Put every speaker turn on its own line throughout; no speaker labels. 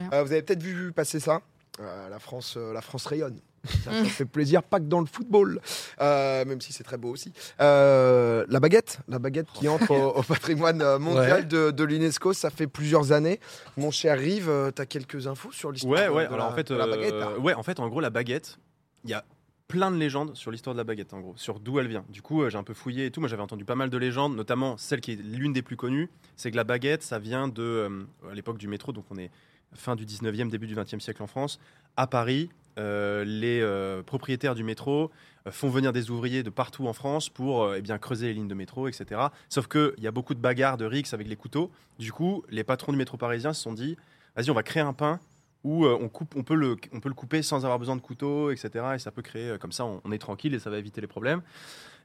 bien.
Euh, vous avez peut-être vu passer ça. Euh, la, France, euh, la France rayonne. Ça, ça fait plaisir, pas que dans le football, Euh, même si c'est très beau aussi. Euh, la baguette, la baguette qui entre au, au patrimoine euh, mondial
Ouais.
de, de l'UNESCO, ça fait plusieurs années. Mon cher Rive, euh, t'as quelques infos sur l'histoire
Ouais,
de-
ouais.
de
Alors
la-
en fait,
de la
euh,
baguette là.
ouais, en fait, en gros, la baguette, il y a plein de légendes sur l'histoire de la baguette, en gros, sur d'où elle vient. Du coup, euh, j'ai un peu fouillé et tout. Moi, j'avais entendu pas mal de légendes, notamment celle qui est l'une des plus connues, c'est que la baguette, ça vient de euh, à l'époque du métro, donc on est fin du 19e, début du 20e siècle en France, à Paris. euh, les euh, propriétaires du métro euh, font venir des ouvriers de partout en France pour euh, eh bien, creuser les lignes de métro, etc. Sauf qu'il y a beaucoup de bagarres, de rixes avec les couteaux. Du coup, les patrons du métro parisien se sont dit, vas-y, on va créer un pain où euh, on, coupe, on, peut le, on peut le couper sans avoir besoin de couteau, etc. Et ça peut créer, euh, comme ça, on, on est tranquille et ça va éviter les problèmes.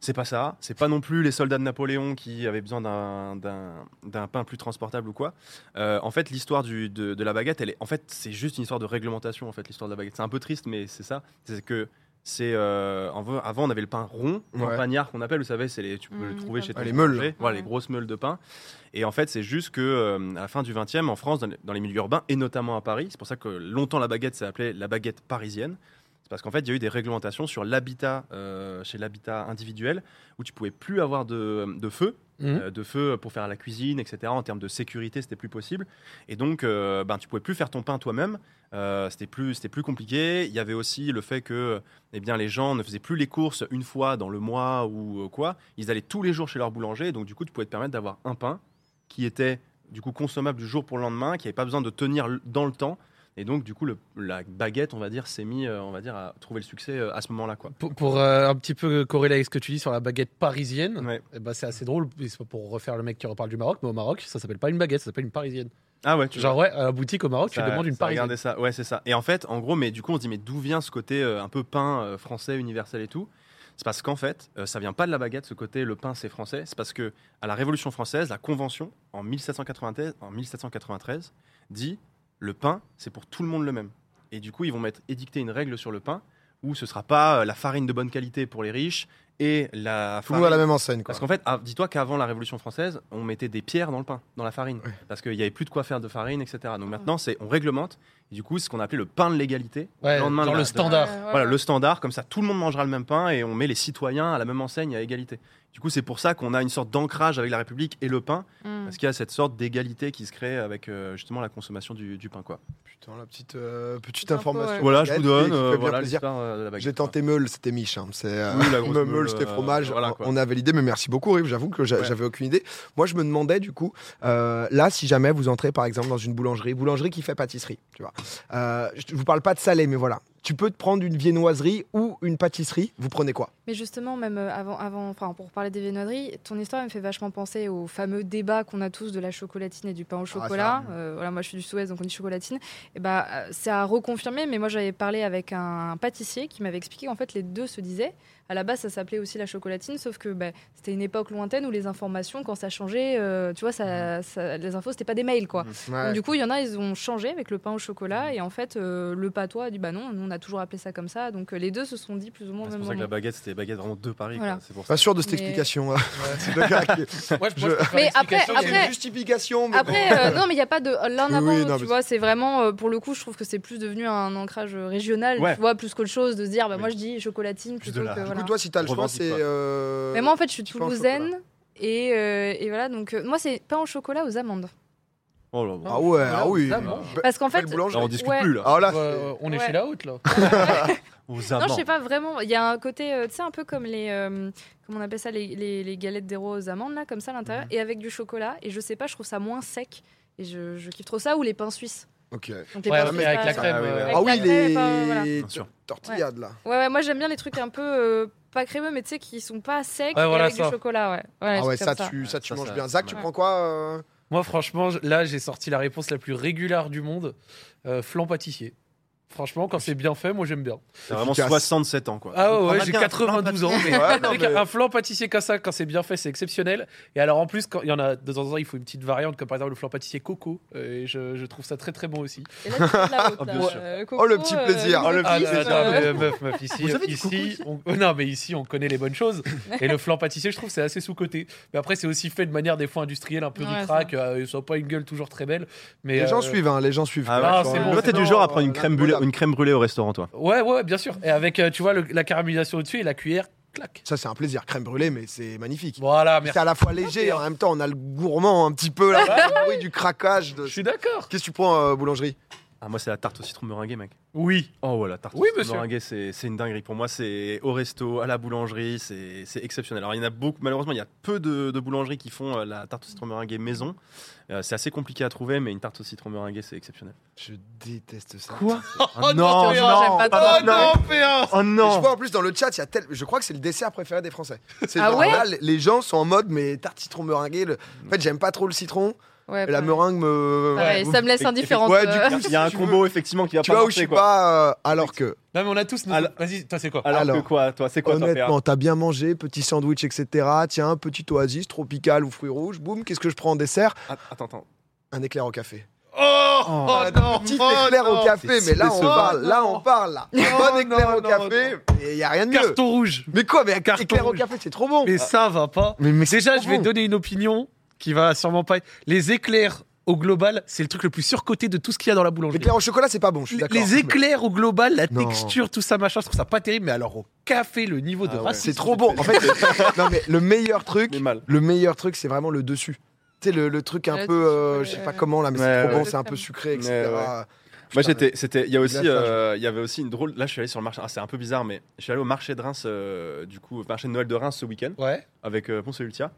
C'est pas ça. C'est pas non plus les soldats de Napoléon qui avaient besoin d'un- d'un d'un pain plus transportable ou quoi. Euh, en fait, l'histoire du- de, de la baguette, elle est, en fait, c'est juste une histoire de réglementation, en fait, l'histoire de la baguette. C'est un peu triste, mais c'est ça. C'est que. C'est euh, en vrai, avant on avait le pain rond, ou
Ouais.
un pagnard qu'on appelle, vous savez, c'est les tu peux le
Mhm,
trouver chez
Ah,
ton
les meules.
boulanger. Voilà,
Ouais.
les grosses meules de pain. Et en fait, c'est juste que euh, à la fin du 20e, en France, dans les, dans les milieux urbains et notamment à Paris, c'est pour ça que longtemps la baguette s'est appelée la baguette parisienne. C'est parce qu'en fait, il y a eu des réglementations sur l'habitat euh, chez l'habitat individuel où tu pouvais plus avoir de, de feu,
Mhm.
euh, de feu pour faire la cuisine, etc. En termes de sécurité, c'était plus possible. Et donc, euh, ben, tu pouvais plus faire ton pain toi-même. Euh, c'était plus, c'était plus compliqué. Il y avait aussi le fait que, eh bien, les gens ne faisaient plus les courses une fois dans le mois ou euh, quoi. Ils allaient tous les jours chez leur boulanger. Donc, du coup, tu pouvais te permettre d'avoir un pain qui était du coup consommable du jour pour le lendemain, qui n'avait pas besoin de tenir l- dans le temps. Et donc, du coup, le- la baguette, on va dire, s'est mis, euh, on va dire, à trouver le succès euh, à ce moment-là, quoi.
Pour, pour, euh, un petit peu corréler avec ce que tu dis sur la baguette parisienne,
Ouais.
eh ben, c'est assez drôle. et c'est pas Pour refaire le mec qui reparle du Maroc, mais au Maroc, ça s'appelle pas une baguette, ça s'appelle une parisienne.
Ah ouais, tu
Genre, ouais, à la boutique au Maroc, tu demandes une parisienne.
Regardez ça, ouais, c'est ça. Et en fait, en gros, mais du coup, on se dit, mais d'où vient ce côté euh, un peu pain euh, français, universel et tout C'est parce qu'en fait, euh, ça vient pas de la baguette, ce côté le pain c'est français. C'est parce que à la Révolution française, la Convention en 1793, en 1793 dit le pain c'est pour tout le monde le même. Et du coup, ils vont mettre édicter une règle sur le pain où ce sera pas euh, la farine de bonne qualité pour les riches et la
Tout le monde à la
farine-
même enseigne. Quoi.
parce qu'en fait, ah, dis-toi qu'avant la Révolution française, on mettait des pierres dans le pain, dans la farine,
Ouais.
parce qu'il n'y avait plus de quoi faire de farine, etc. Donc
Ah.
maintenant, c'est on réglemente. Et du coup, c'est ce qu'on appelait le pain de l'égalité.
Ouais,
lendemain de
genre
la-
le
de-
standard.
Ouais,
Voilà, le standard, comme ça, tout le monde mangera le même pain et on met les citoyens à la même enseigne à égalité. Du coup, c'est pour ça qu'on a une sorte d'ancrage avec la République et le pain,
Mm.
parce qu'il y a cette sorte d'égalité qui se crée avec euh, justement la consommation du, du pain, quoi.
Putain, la petite, euh, petite
Info,
information.
ouais.
Voilà, je
baguette,
vous donne.
qui fait
euh,
bien
voilà
plaisir.
l'histoire euh, de la baguette.
J'ai tenté meule, c'était miche. hein. C'est euh,
Oui, la grosse
me-
meule,
meule, c'était
euh,
fromage.
voilà, quoi.
on avait l'idée, mais merci beaucoup, Rive. J'avoue que j'a-
Ouais.
j'avais aucune idée. Moi, je me demandais du coup, euh, là, si jamais vous entrez par exemple dans une boulangerie, boulangerie qui fait pâtisserie, tu vois. Euh, je vous parle pas de salé, mais voilà. Tu peux te prendre une viennoiserie ou une pâtisserie. Vous prenez quoi
Mais justement, même euh, avant, avant enfin, pour parler des viennoiseries, ton histoire elle me fait vachement penser au fameux débat qu'on a tous de la chocolatine et du
Ah,
pain au chocolat. Euh, voilà, moi je suis du Sud-Ouest, donc on dit chocolatine. Et bah, euh, c'est à reconfirmer, mais moi j'avais parlé avec un pâtissier qui m'avait expliqué qu'en fait les deux se disaient. À la base, ça s'appelait aussi la chocolatine, sauf que bah, c'était une époque lointaine où les informations, quand ça changeait, euh, tu vois,
Mm.
ça, ça- les infos, c'était pas des mails, quoi. Donc, Du coup, il y en a, ils ont changé avec le pain au chocolat, et en fait, euh, le patois a dit, bah non, nous on a toujours appelé ça comme ça, donc euh, les deux se sont dit plus ou moins au
Ah, C'est
même
pour ça que
moment.
la baguette, c'était baguette vraiment de Paris.
Voilà.
quoi. C'est pour ça.
Pas sûr de cette
Mais-
explication. Le gars qui-
Moi, je- moi,
Je-
je préfère
Mais
l'explication
après-
qui est-
une justification. mais bon.
Après, euh, non, mais il n'y a pas de l'un
Oui,
avant
oui, non,
l'autre, tu
mais-
vois. C'est vraiment, euh, pour le coup, je trouve que c'est plus devenu un ancrage euh, régional,
Ouais.
tu vois, plus qu'autre chose, de se dire, bah,
Oui.
moi, je dis chocolatine
Plus de
plutôt
la-
que.
Du
Du
voilà.
coup, toi, si t'as le choix,
Revendique
c'est.
pas.
euh,
Mais moi, en fait, je suis
petit pain au
toulousaine. Et, euh, et voilà, donc, euh, moi, c'est pain au chocolat aux amandes.
Oh là là.
Ah ouais, ah oui.
Ah bon.
Bah,
Parce qu'en
fais
fait.
le
Non,
boulanger.
Là, on discute
Ouais.
plus là.
Ah là,
Ouais, ouais, euh, on est
Ouais.
chez la haute là.
Aux
je
amants.
sais pas vraiment. Il y a un côté, euh, tu sais, un peu comme les. euh, comment on appelle ça les, les, les galettes d'héros aux amandes, là, comme ça, à l'intérieur, et avec du chocolat. Et je sais pas, je trouve ça moins sec. Et je, je kiffe trop ça, ou les pains suisses.
ok.
Donc, les
Ouais,
pains
mais
suisses,
avec
pas-
la crème.
Ah oui,
euh,
ouais.
Ah oui,
Avec la crêpe, euh, voilà.
les
Bien sûr.
tortillades là.
Ouais, ouais, moi j'aime bien les trucs un peu euh, pas crémeux, mais tu sais, qui sont pas secs
Ouais,
et
voilà
avec
ça.
du chocolat, ouais. Voilà, les
Ah ouais,
trucs
ça,
comme
tu, ça,
Ouais,
tu
ça,
manges
ça-
bien. Zach, tu
ouais.
prends quoi euh
Moi, franchement, je- là, j'ai sorti la réponse la plus régulière du monde. Euh, flan pâtissier. Franchement, quand c'est bien fait, moi j'aime bien.
T'as vraiment
Efficace.
67 ans, quoi.
Ah ouais,
On a
ouais, j'ai
bien un flan
92 ans. mais-
Ouais, non,
Avec
mais-
Un flan pâtissier comme ça, quand c'est bien fait, c'est exceptionnel. Et alors en plus, quand il y en a de temps en temps, il faut une petite variante, comme par exemple le flan pâtissier coco. Euh, Et je, je trouve ça très très bon aussi.
Et là, c'est de la haute,
Ah, bien
là.
sûr.
Euh,
Oh, le petit
coco, euh,
plaisir. Oh, le
Ah
exotisme,
là là,
euh,
mais meuf, meuf, ici,
Vous avez du
ici,
coco ici
on... euh, non mais ici on connaît les bonnes choses. Et le flan pâtissier, je trouve, c'est assez sous coté. Mais après, c'est aussi fait de manière des fois industrielle, un peu
Ouais,
ric-rac. euh, Ils n'ont pas une gueule toujours très belle. Mais
Les gens
euh,
suivent, hein, les gens suivent.
Ah
quoi.
ouais,
Sur-
c'est
euh,
bon,
Toi,
c'est
t'es du
bon,
genre à prendre
euh,
une crème, brûlée,
l'indémodable.
une crème brûlée au restaurant, toi.
Ouais, ouais, bien sûr. Et avec, euh, tu vois, le- la caramélisation au-dessus et la cuillère, clac.
Ça, c'est un plaisir. Crème brûlée, mais c'est magnifique.
Voilà, merci.
C'est à la fois léger et en même temps, on a le gourmand un petit peu, là, le bruit du craquage.
euh,
de-
Je suis d'accord.
Qu'est-ce que tu prends, euh, boulangerie
Ah, moi, c'est la tarte au citron meringuée, mec.
Oui.
Oh, ouais, la tarte
Oui,
au citron
monsieur.
meringuée, c'est c'est une dinguerie. Pour moi, c'est au resto, à la boulangerie, c'est c'est exceptionnel. Alors, il y en a beaucoup, malheureusement, il y a peu de, de boulangeries qui font euh, la tarte au citron meringuée maison. Euh, c'est assez compliqué à trouver, mais une tarte au citron meringuée, c'est exceptionnel.
Je déteste ça.
Oh
non, j'aime pas
trop.
Ah, non, Oh
Et je
non
vois en plus dans le chat, il y a tel... je crois que c'est le dessert préféré des Français. C'est
Ah
genre
ouais
là, les- les gens sont en mode, mais tarte citron meringuée. le- En fait, j'aime pas trop le citron.
Ouais,
et la
pareil.
meringue euh, me.
Pareil,
Ouais.
ça me laisse
Effect-
indifférente.
Ouais, du
euh.
coup,
Il y a un
Si tu veux-
combo, effectivement, qui va
Tu
pas
vois où je
marcher,
suis
quoi.
pas. euh, alors que.
Non, mais on a tous nos.
Alors-
Vas-y, toi, c'est quoi
Alors,
Alors,
que quoi, toi C'est quoi, toi, PA
Honnêtement, t'as bien mangé, petit sandwich, etc. Tiens, petit oasis tropical ou fruits rouges. Boum, qu'est-ce que je prends en dessert
Ah, Attends, attends.
Un éclair au café.
Oh,
Oh,
non
Petit éclair au café,
C'est
mais là on
décevant.
parle, là on parle, là. Un
Oh,
bon éclair
non,
au
non,
café, et y a rien de mieux.
Carton rouge
Mais quoi, mais un
Carton
éclair au
rouge.
café, c'est trop bon.
Mais ça va pas.
Mais, mais c'est
Déjà,
trop
je vais
bon.
donner une opinion qui va sûrement pas. Les éclairs au global, c'est le truc le plus surcoté de tout ce qu'il y a dans la boulangerie.
L'éclair au chocolat, c'est pas bon, je suis
Les,
d'accord.
les éclairs au global, la
Non.
texture, tout ça, machin, je trouve ça pas terrible, mais alors au café, le niveau de
Ah ouais.
racisme.
C'est trop bon. En fait, non mais le meilleur truc,
Mais mal.
le meilleur truc, c'est vraiment le dessus. Tu sais, le, le truc un peu,
Le truc,
euh,
ouais.
je sais pas comment là, mais
Ouais,
c'est trop
ouais.
bon, c'est un peu sucré, etc.
Ouais, ouais.
Putain,
Moi j'étais, c'était, il y a aussi,
glaçage.
euh, il y avait aussi une drôle. Là je suis allé sur le marché, ah, c'est un peu bizarre, mais je suis allé au marché de Reims, euh, du coup, au marché de Noël de Reims ce week-end
Ouais.
avec euh, Ponce et Ultia.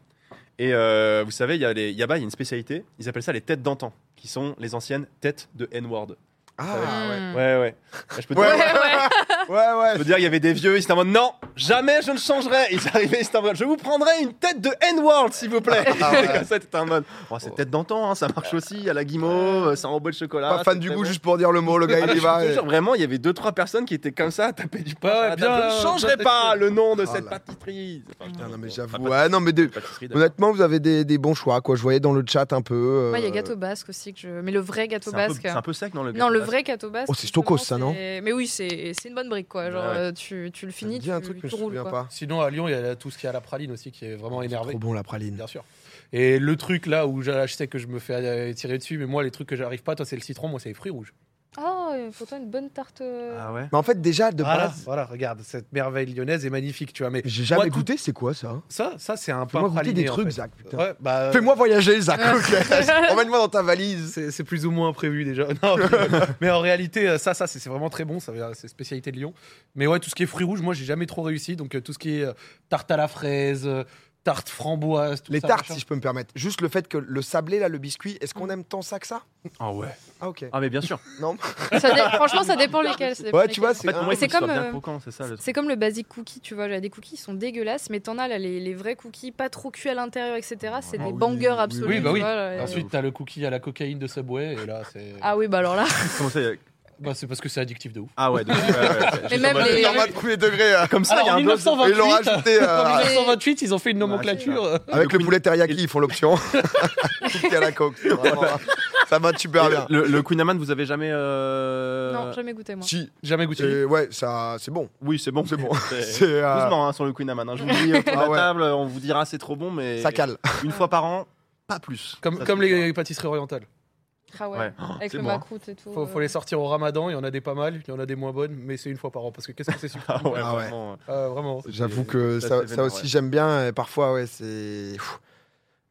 Et euh, vous savez, il y a les, là-bas, il y a une spécialité. Ils appellent ça les têtes d'antan, qui sont les anciennes têtes de N-word.
Ah ouais.
Hmm.
Ouais, ouais. Je peux te
Ouais,
dire,
Ouais, ouais.
Ah Ouais
je
ouais.
peux te dire, il y avait des vieux, ils étaient en mode non, jamais je ne changerai. Ils arrivaient, ils étaient en mode, je vous prendrai une tête de N-word s'il vous plaît.
Ah ouais.
Comme ça, t'étais en mode, oh, c'est tête d'antan, hein, ça marche aussi. Il y a la guimauve, ça envoie le chocolat.
Pas fan
Ah, c'est
du
très
goût
bon.
juste pour dire le mot, le gars
Ah,
il y
mais
va.
je te
et-
jure, vraiment, il y avait deux trois personnes qui étaient comme ça à taper du pain.
Ouais,
sur la
bien,
table. je
euh,
ne changerai
bien
pas
taqué.
le nom de
Ah
cette
là.
pâtisserie. Enfin,
Putain,
je-
Ah, non mais
enfin,
j'avoue.
pâtisserie,
Ouais, non mais des-
pâtisserie, d'accord.
honnêtement, vous avez des, des bons choix quoi. Je voyais dans le chat un peu. euh,
Ouais, il y a gâteau basque aussi que je. Mais le vrai gâteau
C'est un, peu-
basque.
c'est un peu sec, non le
Non, le
gâteau
vrai gâteau basque.
Oh, c'est Stokos, ça,
justement,
non
c'est- Mais oui, c'est c'est une bonne brique, quoi. Genre,
Ouais, ouais.
euh, tu, tu
ça me
le finis,
dit
tu,
un truc, mais je
tu
me
roules,
souviens
quoi.
pas.
Sinon, à Lyon, il y a tout ce qui est à la praline aussi qui est vraiment énervé.
Trop bon la praline.
Bien sûr. Et le truc là où je je sais que je me fais euh, tirer dessus, mais moi les trucs que j'arrive pas, toi c'est le citron, moi c'est les fruits rouges.
Ah, il faut toi une bonne tarte.
basque.
euh,
Ah ouais.
Mais en fait déjà de
voilà,
base,
voilà, regarde, cette merveille lyonnaise est magnifique, tu vois. Mais
j'ai jamais
Moi, tout-
goûté. C'est quoi ça hein?
ça, ça c'est un pain
Fais-moi goûter
praliné,
des
en
trucs,
fait.
Zach. putain.
Ouais, bah, euh,
Fais-moi voyager, Zach. ok. Emmène-moi dans ta valise.
C'est c'est plus ou moins prévu déjà. Non, mais- mais en réalité, euh, ça, ça c'est c'est vraiment très bon. ça vient- C'est spécialité de Lyon. Mais ouais, tout ce qui est fruits rouges, moi, j'ai jamais trop réussi. Donc euh, tout ce qui est euh, tarte à la fraise, euh, tarte framboise, tout
Les
ça,
tartes,
machin.
si je peux me permettre. Juste le fait que le sablé, là, le biscuit, est-ce qu'on aime tant ça que ça
Ah ouais.
Ah, ok.
Ah mais bien sûr.
ça dé- Franchement, ça dépend lesquels. ça dépend
Ah. Ouais, tu
lesquels.
vois,
En fait,
c'est.
pour
un-
moi, il faut
C'est
que ce soit
comme,
bien
euh,
croquant, c'est ça. le truc.
C'est comme le basic cookie, tu vois. J'ai des cookies qui sont dégueulasses, mais t'en as là, les, les vrais cookies, pas trop cuits à l'intérieur, etc. C'est
Ah
des
oui,
bangers
oui,
absolus.
oui, bah oui.
tu vois, là, et-
Ensuite, t'as le cookie à la cocaïne de Subway. Et là, c'est
Ah oui, bah alors là.
Comment ça, euh,
bah, c'est parce que c'est addictif de ouf.
Ah ouais. donc, ouais, ouais, ouais. J'étais en
même
mode-
les-
Bah, Normal premier degré. euh,
Comme ça, il
Alors,
y a
en
un dose de-
1928,
Ils l'ont rajouté, euh,
en
Mais-
1928, ils ont fait une
Ouais,
nomenclature. euh,
Avec
Le
le
Queen-
poulet teriyaki, ils font l'option. Cookie à la coke. c'est vraiment- Ça va super bien.
Le, le Queen Amman, vous avez jamais. euh,
Non, jamais goûté, moi.
Si.
Jamais goûté.
c'est- Ouais, ça, c'est bon.
Oui, c'est bon,
C'est bon.
C'est-
C'est. euh,
Doucement hein, sur le Queen Amman. hein. Je vous le dis autour de
Ah
la
ouais.
table, on vous dira c'est trop bon, mais
Ça cale.
une fois par an, pas plus.
Comme,
Ça
comme
suffit.
les pâtisseries orientales.
Ah ouais.
Ouais.
Avec
c'est
le
bon, hein.
macroute et tout.
Faut, faut
euh.
les sortir au ramadan, il y en a des pas mal, il y en a des moins bonnes, mais c'est une fois par an. Parce que qu'est-ce que c'est super
Ah ouais,
Ah ouais.
vraiment, euh,
Euh, Vraiment.
J'avoue que
ça,
ça,
c'est
ça
vénère,
aussi,
ouais.
j'aime bien. Et parfois, ouais, c'est. Pfff.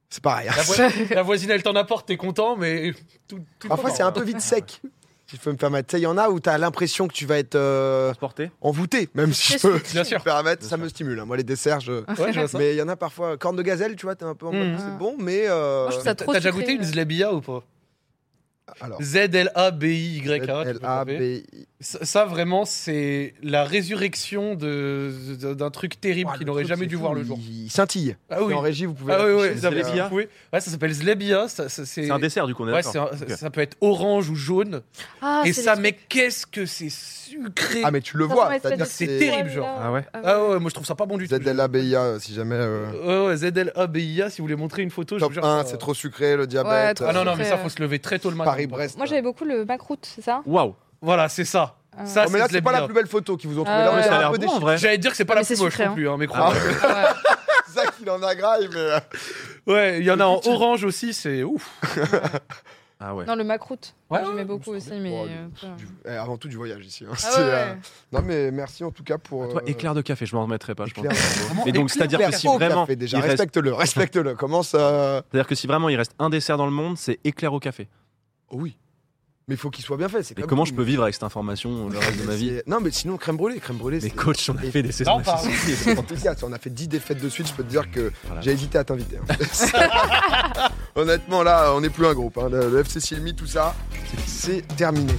C'est pareil. hein.
La, voisine- la voisine, elle t'en apporte, t'es content, mais tout, tout le
Parfois,
temps,
c'est
hein.
un peu vite sec. Si je peux me permettre. Tu sais, il y en a où t'as l'impression que tu vas être euh,
transporté.
envoûté, même si je
C'est
peux
sûr.
Bien
me
sûr.
permettre.
Bien
Ça
sûr.
me stimule. hein. Moi, les desserts, je.
Ouais, je vois ça.
Mais il y en a parfois, corne de gazelle, tu vois, t'es un peu en mode
Mhm.
c'est bon, mais. euh,
Moi, je trouve ça
T'as
trop
t'as déjà
sucré,
goûté une
euh.
zlabia ou pas
Alors.
Z L A B I Y A. tu peux taper.
L-A-B-I.
Ça, ça, vraiment, c'est la résurrection de- de- d'un truc terrible
Ouah, Oh,
qui
le
n'aurait
truc,
jamais
c'est
dû
fou,
voir le jour.
Il scintille.
Ah
Et
oui,
En régie, vous pouvez.
ah oui, oui,
l'afficher,
ça,
c'est,
Zalébia.
euh,
vous pouvez- ouais, ça s'appelle Zlebia. Ça, ça- c'est
C'est un dessert, du coup, on est
Ouais,
d'accord.
c'est un-
Ok.
Ça peut être orange ou jaune.
Ah,
Et
c'est
ça,
les
mais qu'est-ce que c'est sucré
Ah, mais tu le
Ça
vois.
ressemble à une espèce
c'est-à-dire que
de
c'est
c'est-
trucs- hein. Ouais,
terrible, genre.
là.
Ah ouais
Ah ouais, moi je trouve ça pas bon du tout.
ZLABIA, si jamais. euh,
Ouais, E, ouais, ZLABIA, si vous voulez montrer une
Top
photo, je vous jure,
1,
ça-
c'est trop sucré, le diabète.
trop
Ah non, non, mais ça,
sucré.
faut se lever très tôt le matin.
Paris-Brest.
Moi, j'avais beaucoup le macroute, c'est ça
Waouh
Voilà, c'est ça.
Euh,
Ça,
Oh, mais là, c'est pas la
Zlebia.
plus belle photo qu'ils vous ont trouvée.
Ah
Là,
ouais.
on est
Ça a
un
l'air
peu
bon, en
déçus.
vrai.
J'allais dire que c'est pas la
Mais
plus
c'est
moche
sucré,
non
hein.
plus, hein, mais
Ah
crois
ouais.
ouais.
Zach, il en a grave, mais. euh,
Ouais, il y en a en orange aussi, c'est ouf.
Ah ouais.
Non, le macroute.
Ouais,
J'aimais
ouais,
beaucoup aussi, mais.
Ouais,
euh, voilà.
Du- eh, avant tout, du voyage ici. hein.
Ah
C'est,
ouais,
euh,
ouais.
Non, mais merci en tout cas pour.
Ah, Toi,
euh,
éclair de café, je m'en remettrai pas, je pense.
éclair.
Et donc, c'est-à-dire que
Éclair
si
au
vraiment,
café, déjà,
il reste-
respecte-le, respecte-le. Commence à.
c'est-à-dire que si vraiment il reste un dessert dans le monde, c'est éclair au café.
Oh oui. Mais il faut qu'il soit bien fait. c'est
Mais
comme
comment
tout.
je peux vivre avec cette information le reste de ma vie
C'est- Non, mais sinon, crème brûlée, crème brûlée.
Mais
c'est-
coach, on a fait des saisons.
Non, pardon.
En tout cas, si on a fait 10 défaites de suite, je peux te dire que
Voilà.
j'ai hésité à t'inviter. hein.
Honnêtement, là, on n'est plus un groupe.
hein. Bon, ben, le, le FC Silmi, tout ça, c'est terminé.